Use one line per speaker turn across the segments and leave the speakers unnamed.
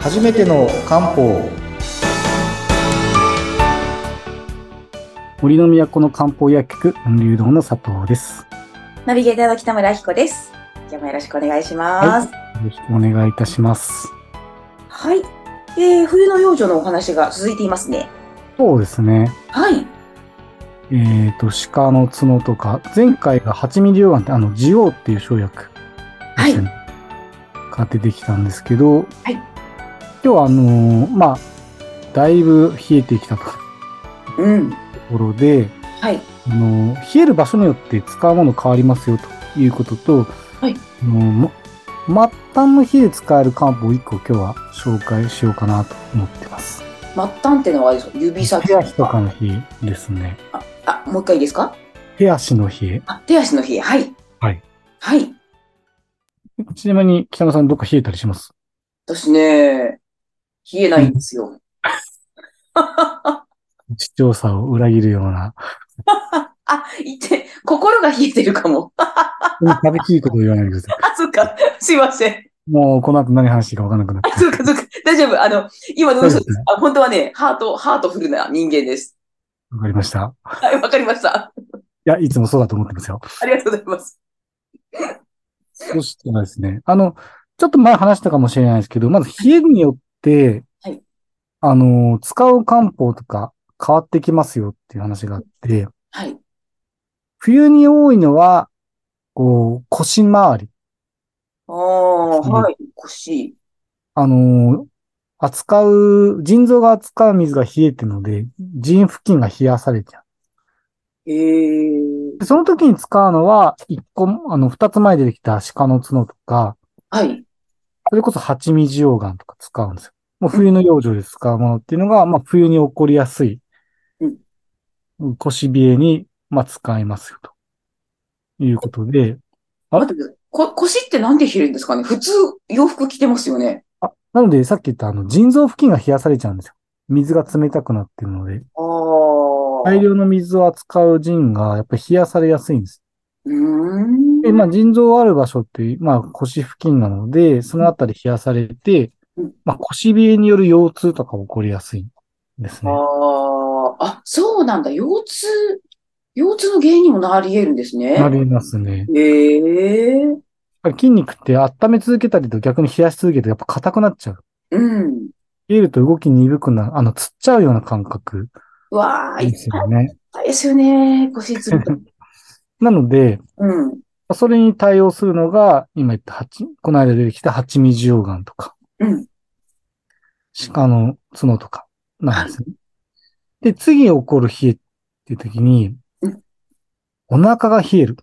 初めての漢方
森の都の漢方薬局流動の佐藤です。
ナビゲーターの北村彦です。今日もよろしくお願いします。
よろしくお願いいたします。
はい。えー、冬の幼女のお話が続いていますね。
そうですね。
はい。
えっ、と、鹿の角とか、前回が8ミリオガンって、あの、ジオウっていう生薬
はい
ね。が出てきたんですけど、
はい
今日は、あのーまあ、だいぶ冷えてきたと
うん。
ころで、
はい。
あのー冷える場所によって使うもの変わりますよということと、
はい
あのーま末端の火で使える漢方を1個今日は紹介しようかなと思ってます。
末端ってのはあれですか指先
手足とかの日ですね。
ああ、もう一回いいですか
手足の日。
あ、手足の冷え。はい。
はい。
はい。
ちなみに北野さんどっか冷えたりします
私ね、冷えないんですよ。 あ、
視聴者を裏切るような、
言って、心が冷えてるかも。
寂しいことを言わないでくださ
あ、そっか。すいません。
い。もうこの後何話していいかわかんなくなっ
あ、そっかそっか。大丈夫。あの、今の
大丈
嘘
夫
で
です
す。あ、本当はね、ハート、ハートフルな人間です。
わかりました。
はい、わかりました。
いや、いつもそうだと思ってますよ。
ありがとうございます。
そしたらですね、あの、ちょっと前話したかもしれないですけど、まず冷えによって、
はい
あの、使う漢方とか変わってきますよっていう話があって、
はい。
冬に多いのは、こう、腰回り。
ああ、
うん
はい、腰。
あのー扱う、腎臓が扱う水が冷えてるので、腎付近が冷やされちゃ
ええ。
う。その時に使うのは、一個、あの、二つ前に出てきた鹿の角とか、
はい。
それこそ蜂蜜溶岩とか使うんですよ。もう冬の養生で使うものっていうのが、まあ冬に起こりやすい、腰冷えに、まあ使いますよ、ということで、あ
待ってください。こ、腰ってなんで冷えるんですかね普通、洋服着てますよね。
あ、なのでさっき言ったあの、腎臓付近が冷やされちゃうんですよ。水が冷たくなってるので、
ああ。
大量の水を扱う腎が、やっぱり冷やされやすいんです。
うーん。
で、まあ、腎臓ある場所って、まあ、腰付近なので、そのあたり冷やされて
うん、
まあ、腰冷えによる腰痛とか起こりやすいんですね。
ああ。あ、そうなんだ。腰痛、腰痛の原因にもなり得るんですね。
なりますね。
ええ。
筋肉って温め続けたりと逆に冷やし続けるとやっぱ硬くなっちゃう。
うん。
冷えると動き鈍くなる、あの、つっちゃうような感覚
わあ、い
で
っ
すよね。
ぱいですよね。腰痛。
なので、
うん。
まあそれに対応するのが、今言った蜂、この間出てきた蜂蜜溶岩とか、
うん。
鹿の角とかなんですね。で、次起こる冷えっていう時に
うん、
お腹が冷える。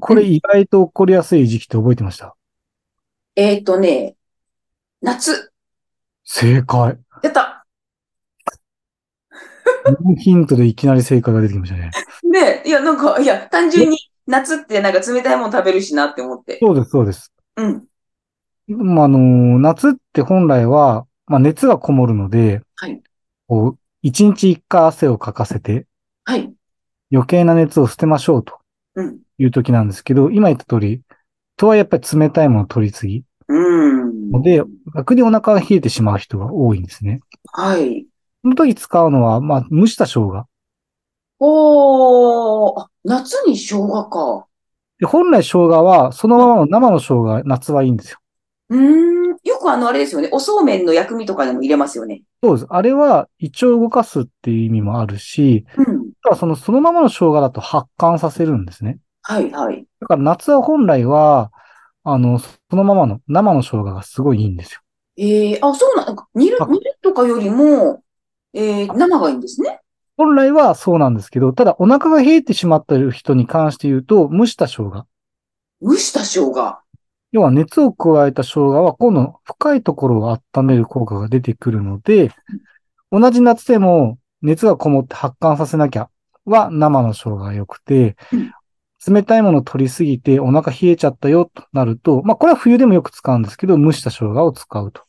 これ意外と起こりやすい時期って覚えてました
えっとね、夏。
正解。
やった。
ヒントでいきなり正解が出てきましたね。
ねえ、いや、なんか、いや、単純に夏ってなんか冷たいもの食べるしなって思って。
そうです、そうです。
うん。
まあ、あのー夏って本来は、まあ、熱がこもるので、
はい
こう、一日一回汗をかかせて、
はい。
余計な熱を捨てましょうと
うん。
いう時なんですけど、今言った通り、とはやっぱり冷たいものを取りすぎ。
うん。
で、逆にお腹が冷えてしまう人が多いんですね。
はい。
その時使うのは、まあ、蒸した生姜。
おー、あ、夏に生姜か。
で本来生姜は、そのままの生の生姜、夏はいいんですよ。
うーん。よくあの、あれですよね。おそうめんの薬味とかでも入れますよね。
そうです。あれは、胃腸を動かすっていう意味もあるし、
うん。
あとはその、そのままの生姜だと発汗させるんですね。
はい、はい。
だから夏は本来は、あの、そのままの生の生姜がすごいいいんですよ。
えー、あ、そうなん、なんか煮る
あ、
煮るとかよりも、えー、生がいいんですね。
本来はそうなんですけど、ただお腹が冷えてしまっている人に関して言うと、蒸した生姜。
蒸した生姜。
要は熱を加えた生姜は今度深いところを温める効果が出てくるので、同じ夏でも熱がこもって発汗させなきゃは生の生姜が良くて
うん、
冷たいものを取りすぎてお腹冷えちゃったよとなると、まあこれは冬でもよく使うんですけど、蒸した生姜を使うと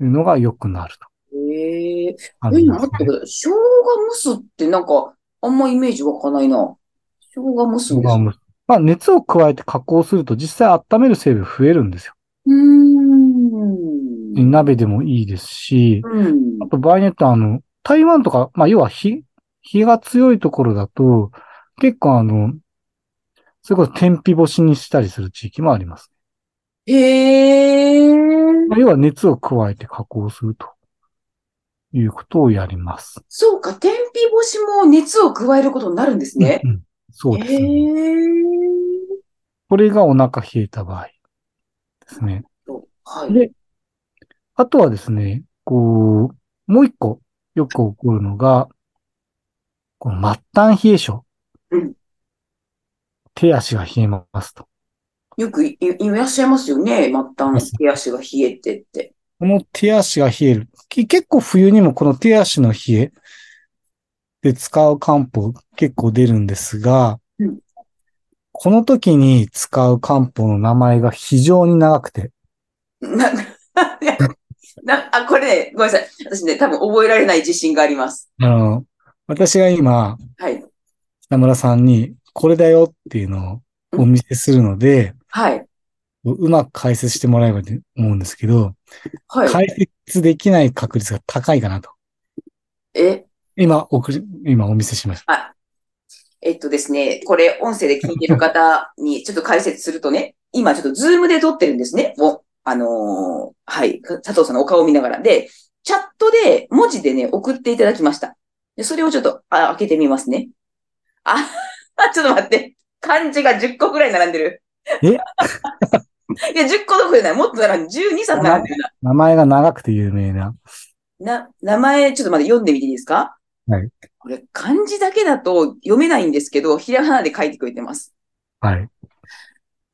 いうのが良くなると
えー、
感
え、
じ
今
ですね
待ってください。生姜蒸すってなんか、あんまイメージ湧かないな。生姜蒸すんです。う
まあ熱を加えて加工すると実際温める成分増えるんですよ。
ーん。うん。
鍋でもいいですし、
うん
あ。と場合によってはあの、台湾とか、まあ、要は火、火が強いところだと、結構あの、それこそ天日干しにしたりする地域もあります。
へえ。
まあ要は熱を加えて加工するということをやります。
そうか、天日干しも熱を加えることになるんですね。
うん、そうです
へ
ね。
え。
これがお腹冷えた場合ですね。
はい。
で、あとはですね、こう、もう一個よく起こるのが、この末端冷え症。
うん
手足が冷えますと。
よくいいらっしゃいますよね。末端、手足が冷えてって。
この手足が冷える。き結構冬にもこの手足の冷えで使う漢方結構出るんですが、
うん
この時に使う漢方の名前が非常に長くて、
な、な、あ、これね、ごめんなさい。私ね、多分覚えられない自信があります。
あの、私が今、
はい。
北村さんにこれだよっていうのをお見せするので、
はい。
うまく解説してもらえばと思うんですけど、
はい。
解説できない確率が高いかなと。
え、
今、送り、今お見せしました。
あ、えっとですね、これ音声で聞いてる方にちょっと解説するとね、今ちょっとズームで撮ってるんですね。もう、あのーはい。佐藤さんのお顔を見ながら。で、チャットで文字でね、送っていただきました。でそれをちょっと、あ、開けてみますね。あ、 ちょっと待って。漢字が10個ぐらい並んでる。
え
いや、10個どころじゃない。もっと並んでる。12、3並んでるな。
名前が長くて有名な。
な、名前、ちょっとまだ読んでみていいですか
はい。
これ、漢字だけだと読めないんですけど、ひらがなで書いてくれてます。
はい。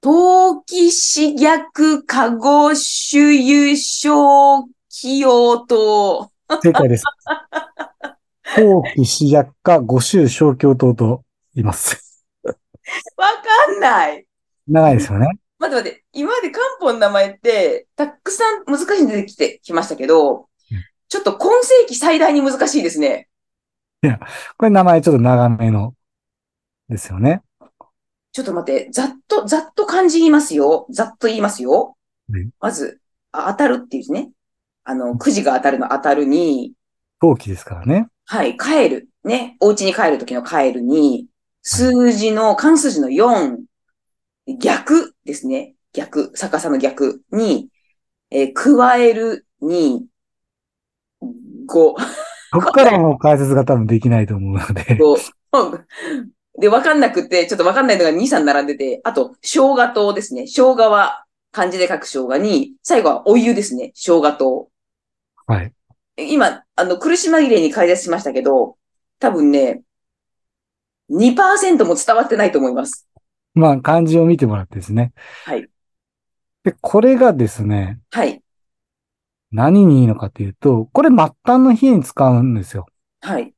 陶器死逆加護主優勝起用と、
正解です。後期試薬科五州小教頭と言います。
わかんない。
長いですよね。
待って待って、今まで漢方の名前って、たくさん難しいの出てきてきましたけど
うん、
ちょっと今世紀最大に難しいですね。
これ名前ちょっと長めのですよね。
ちょっと待って、ざっと、ざっと漢字言いますよ。ざっと言いますよ
はい。
まず、あ当たるっていうね。あの、くじが当たるの当たるに、
後期ですからね。
はい、帰る。ね。お家に帰る時の帰るに、数字の、漢数字の4、逆ですね。逆、逆さの逆に、えー加えるに、5、
ここからはもう解説が多分できないと思うので。
こう、 で、わかんなくて、ちょっとわかんないのが2、3並んでて、あと、生姜糖ですね。生姜は漢字で書く生姜に、最後はお湯ですね。生姜糖。
はい。
今、あの、苦し紛れに解説しましたけど、多分ね、2%も伝わってないと思います。
まあ漢字を見てもらってですね。
はい。
で、これがですね、
はい。
何にいいのかというと、これ末端の冷えに使うんですよ。
はい。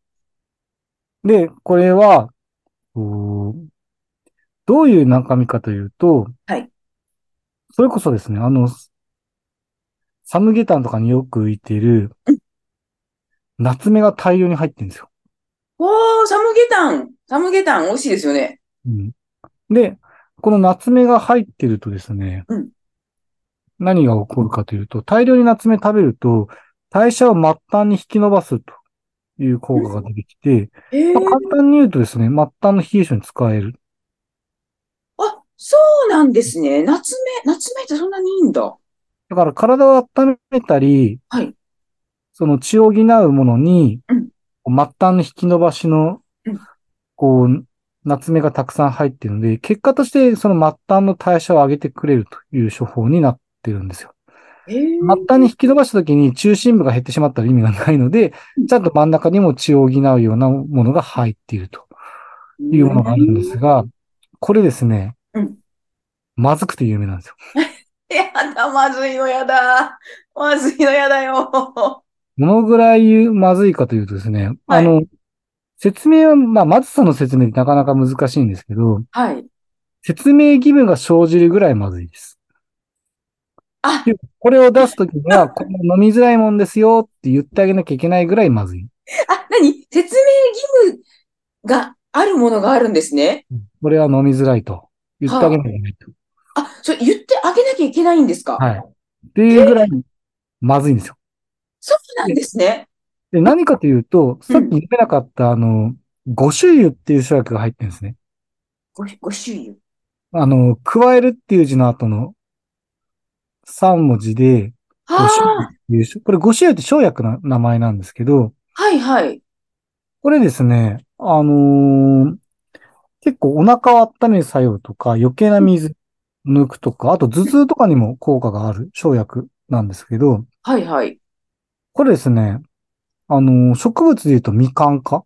で、これは、こうどういう中身かというと、
はい
それこそですね、あの、サムゲタンとかによく浮いている
うん、
夏目が大量に入ってるんですよ。
おー、サムゲタン。サムゲタン美味しいですよね。
うんで、この夏目が入ってるとですね、
うん
何が起こるかというと、大量に夏目食べると、代謝を末端に引き伸ばすという効果が出てきて、
え
まあ簡単に言うとですね、末端の冷え性に使える。
あ、そうなんですね。夏目、夏目ってそんなにいいんだ。
だから体を温めたり、
はい
その血を補うものに、
うん
こう末端の引き伸ばしの
うん、
こう、夏目がたくさん入っているので、結果としてその末端の代謝を上げてくれるという処方になってるんですよ。
えー
末端に引き伸ばした時に中心部が減ってしまったら意味がないので
うん、
ちゃんと真ん中にも血を補うようなものが入っているというものがあるんですが、これですね、
うん
まずくて有名なんですよ。
やだ、まずいのやだ。まずいのやだよ。
どのぐらい言うまずいかというとですね、
はい
あの、説明は、まあ、まずさの説明ってなかなか難しいんですけど、
はい。
説明義務が生じるぐらいまずいです。
あ
これを出すときに は、この飲みづらいもんですよって言ってあげなきゃいけないぐらいまずい。
あ、なに説明義務があるものがあるんですね。
これは飲みづらいと言ってあげなきゃいけないと。
あ、それ言ってあげなきゃいけないんですか
はい。っていうぐらいまずいんですよ。
そうなんですね。
で、何かというと、さっき言ってなかった、あの、五種油っていう種類が入ってるんですね。
ご、ご周遊。
あの、加えるっていう字の後の3文字で、
は
五種類っ
あ、
ていう種これ五種類って生薬の名前なんですけど、
はいはい。
これですね、あのー結構お腹を温める作用とか、余計な水抜くとか、あと頭痛とかにも効果がある生薬なんですけど、
はいはい。
これですね、あのー植物で言うとみかん科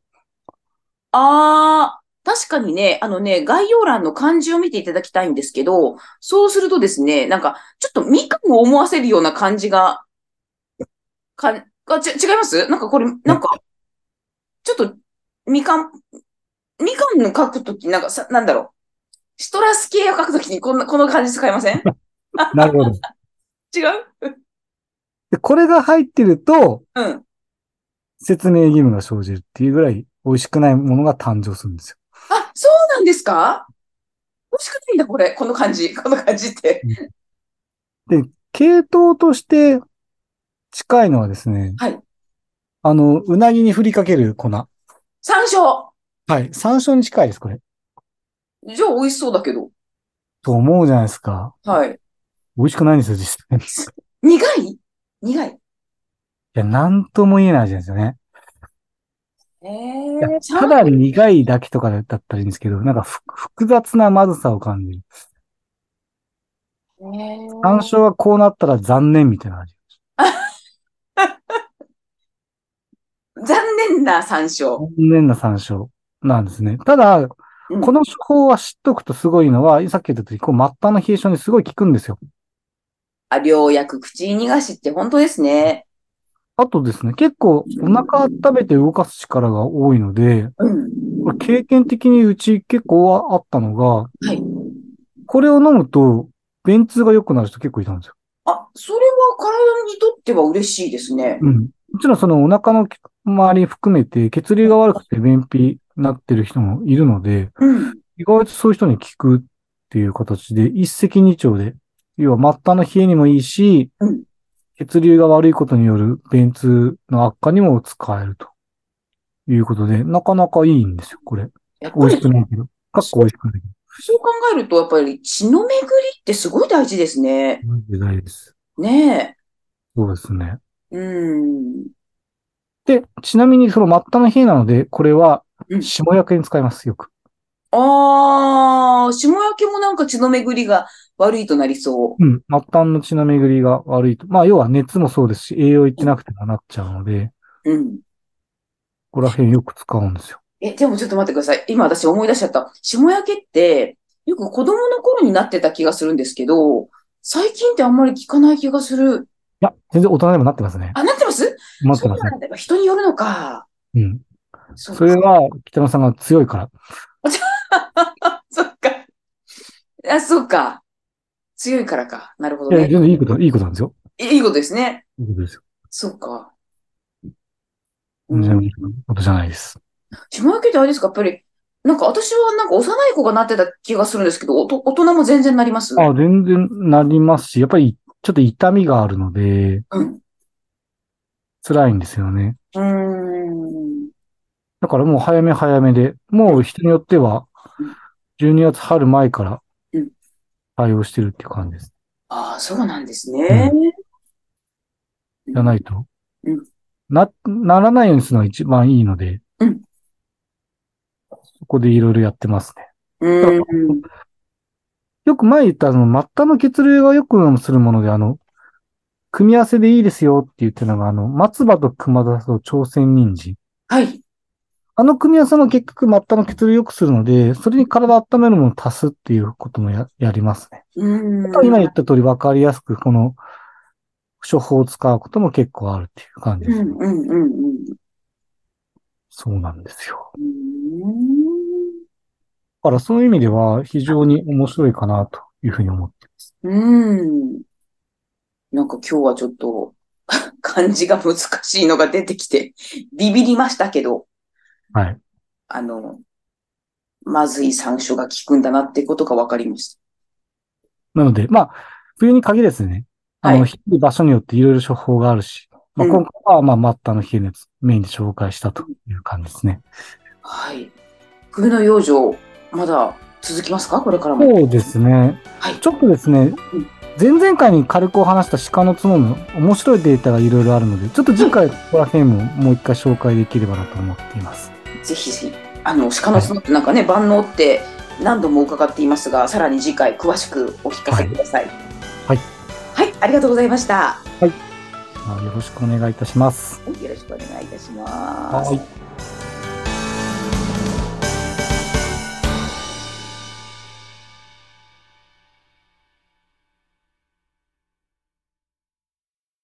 ああ、確かにね、あのね、概要欄の漢字を見ていただきたいんですけど、そうするとですね、なんか、ちょっとみかんを思わせるような漢字が、かん、あ、ち、違いますなんかこれ、なんか、ちょっと、みかん、みかんの書くとき、なんかさ、なんだろう。シトラス系を書くときにこんな、この漢字使いません
なるほど。
違う
で、これが入ってると、
うん。
説明義務が生じるっていうぐらい美味しくないものが誕生するんですよ。
あ、そうなんですか美味しくないんだ、これ。この漢字。この漢字って。
系統として近いのはですね、
はい。
あの、うなぎに振りかける粉。は
山椒。
い。山椒に近いです、これ。
じゃあ、美味しそうだけど。
と思うじゃないですか。
はい。
美味しくないんですよ、実際。い
苦い苦い。
や、なんとも言えないじゃないですよね。
え
いや
ー、
ただ苦いだけとかだったらいいんですけど、なんかふ複雑なまずさを感じる。山椒はこうなったら残念みたいな味。
残念な山椒。
残念な山椒なんですね。ただ、
うん
この処方は知っとくとすごいのは、さっき言ったとり、こう末端の冷え症にすごい効くんですよ。
あ、良薬口に逃がしって本当ですね。
あとですね、結構お腹温めて動かす力が多いので、
うん。
これ経験的にうち結構あったのが、
はい。
これを飲むと、便通が良くなる人結構いたんですよ。
あ、それは体にとっては嬉しいですね。
うん。もちろんそのお腹の周り含めて血流が悪くて便秘になってる人もいるので、
うん。
意外とそういう人に効くっていう形で、一石二鳥で、要は末端の冷えにもいいし、
うん
血流が悪いことによる便通の悪化にも使えるということで、なかなかいいんですよ、これ。
やっぱ
美味し
り
くないけど。かっこ美味しくないけ
そう考えると、やっぱり血の巡りってすごい大事ですね。
ど。マジで大事です。
ね
そうですね。
え。うん。
で、ちなみにその末端の冷えなので、これは
う、ん
下薬に使います、よく。
ああ、下焼けもなんか血の巡りが悪いとなりそう。
うん。末端の血の巡りが悪いと。まあ、要は熱もそうですし、栄養いってなくてもなっちゃうので、
うん。
ここら辺よく使うんですよ。
え、でもちょっと待ってください。今私思い出しちゃった。下焼けって、よく子供の頃になってた気がするんですけど、最近ってあんまり聞かない気がする。
いや、全然大人でもなってますね。
あ、なってます
なって
そう
ますね。
なんだ。やっぱ人によるのか。
うん。
そう
それは、北野さんが強いから。
か。 そっか。あ、そうか。強いからか。なるほど
いや、
ね
全。然いいこと、いいことなんですよ。
いいことですね。
いいことですよ。
そうか。
全然いいことじゃないです。
下焼けってあれですかやっぱり、なんか私はなんか幼い子がなってた気がするんですけど、おと大人も全然なります
あ、全然なりますし、やっぱり、ちょっと痛みがあるので、
うん。
辛いんですよね。
うーん。
だからもう早め早めで、もう人によっては
うん、
12月春前から
うん、
対応してるっていう感じです。
ああ、そうなんですね。
じゃないと
うん。
な、ならないようにするのが一番いいので、
うん
そこでいろいろやってますね。
うん。
よく前言った、あの、末端の血流がよくするもので、あの、組み合わせでいいですよって言ってたのが、あの、松葉と熊田と朝鮮人参。
はい。
あの組み合わせも結局末端の血流を良くするので、それに体温めるものを足すっていうこともややりますね。
うん。
今言った通り分かりやすく、この処方を使うことも結構あるっていう感じ
う
ですね。
んうんうんうん
そうなんですよ。
う
だ
ん。
からそういう意味では非常に面白いかなというふうに思ってます。
うん。なんか今日はちょっと 漢字が難しいのが出てきて、 ビビりましたけど、
はい。
あの、まずい山椒が効くんだなってことが分かりまし
なので、まあ、冬に限らずね、あ
は
の、
い
ひどい場所によっていろいろ処方があるし、まあ、
うん
今回は、まあ、マッタの冷え熱、メインで紹介したという感じですね。
はい。冬の養生、まだ続きますかこれからも。
そうですね。
はい。
ちょっとですね、前々回に軽くお話した鹿の角の面白いデータがいろいろあるので、ちょっと次回ここら辺ももう一回紹介できればなと思っています。
ぜひぜひ。あの、鹿の角ってなんかね、万能って何度も伺っていますが、さらに次回詳しくお聞かせください。
はい。
はい、ありがとうございました。
まあよろしくお願いいたします。
よろしくお願いいたします。
はい。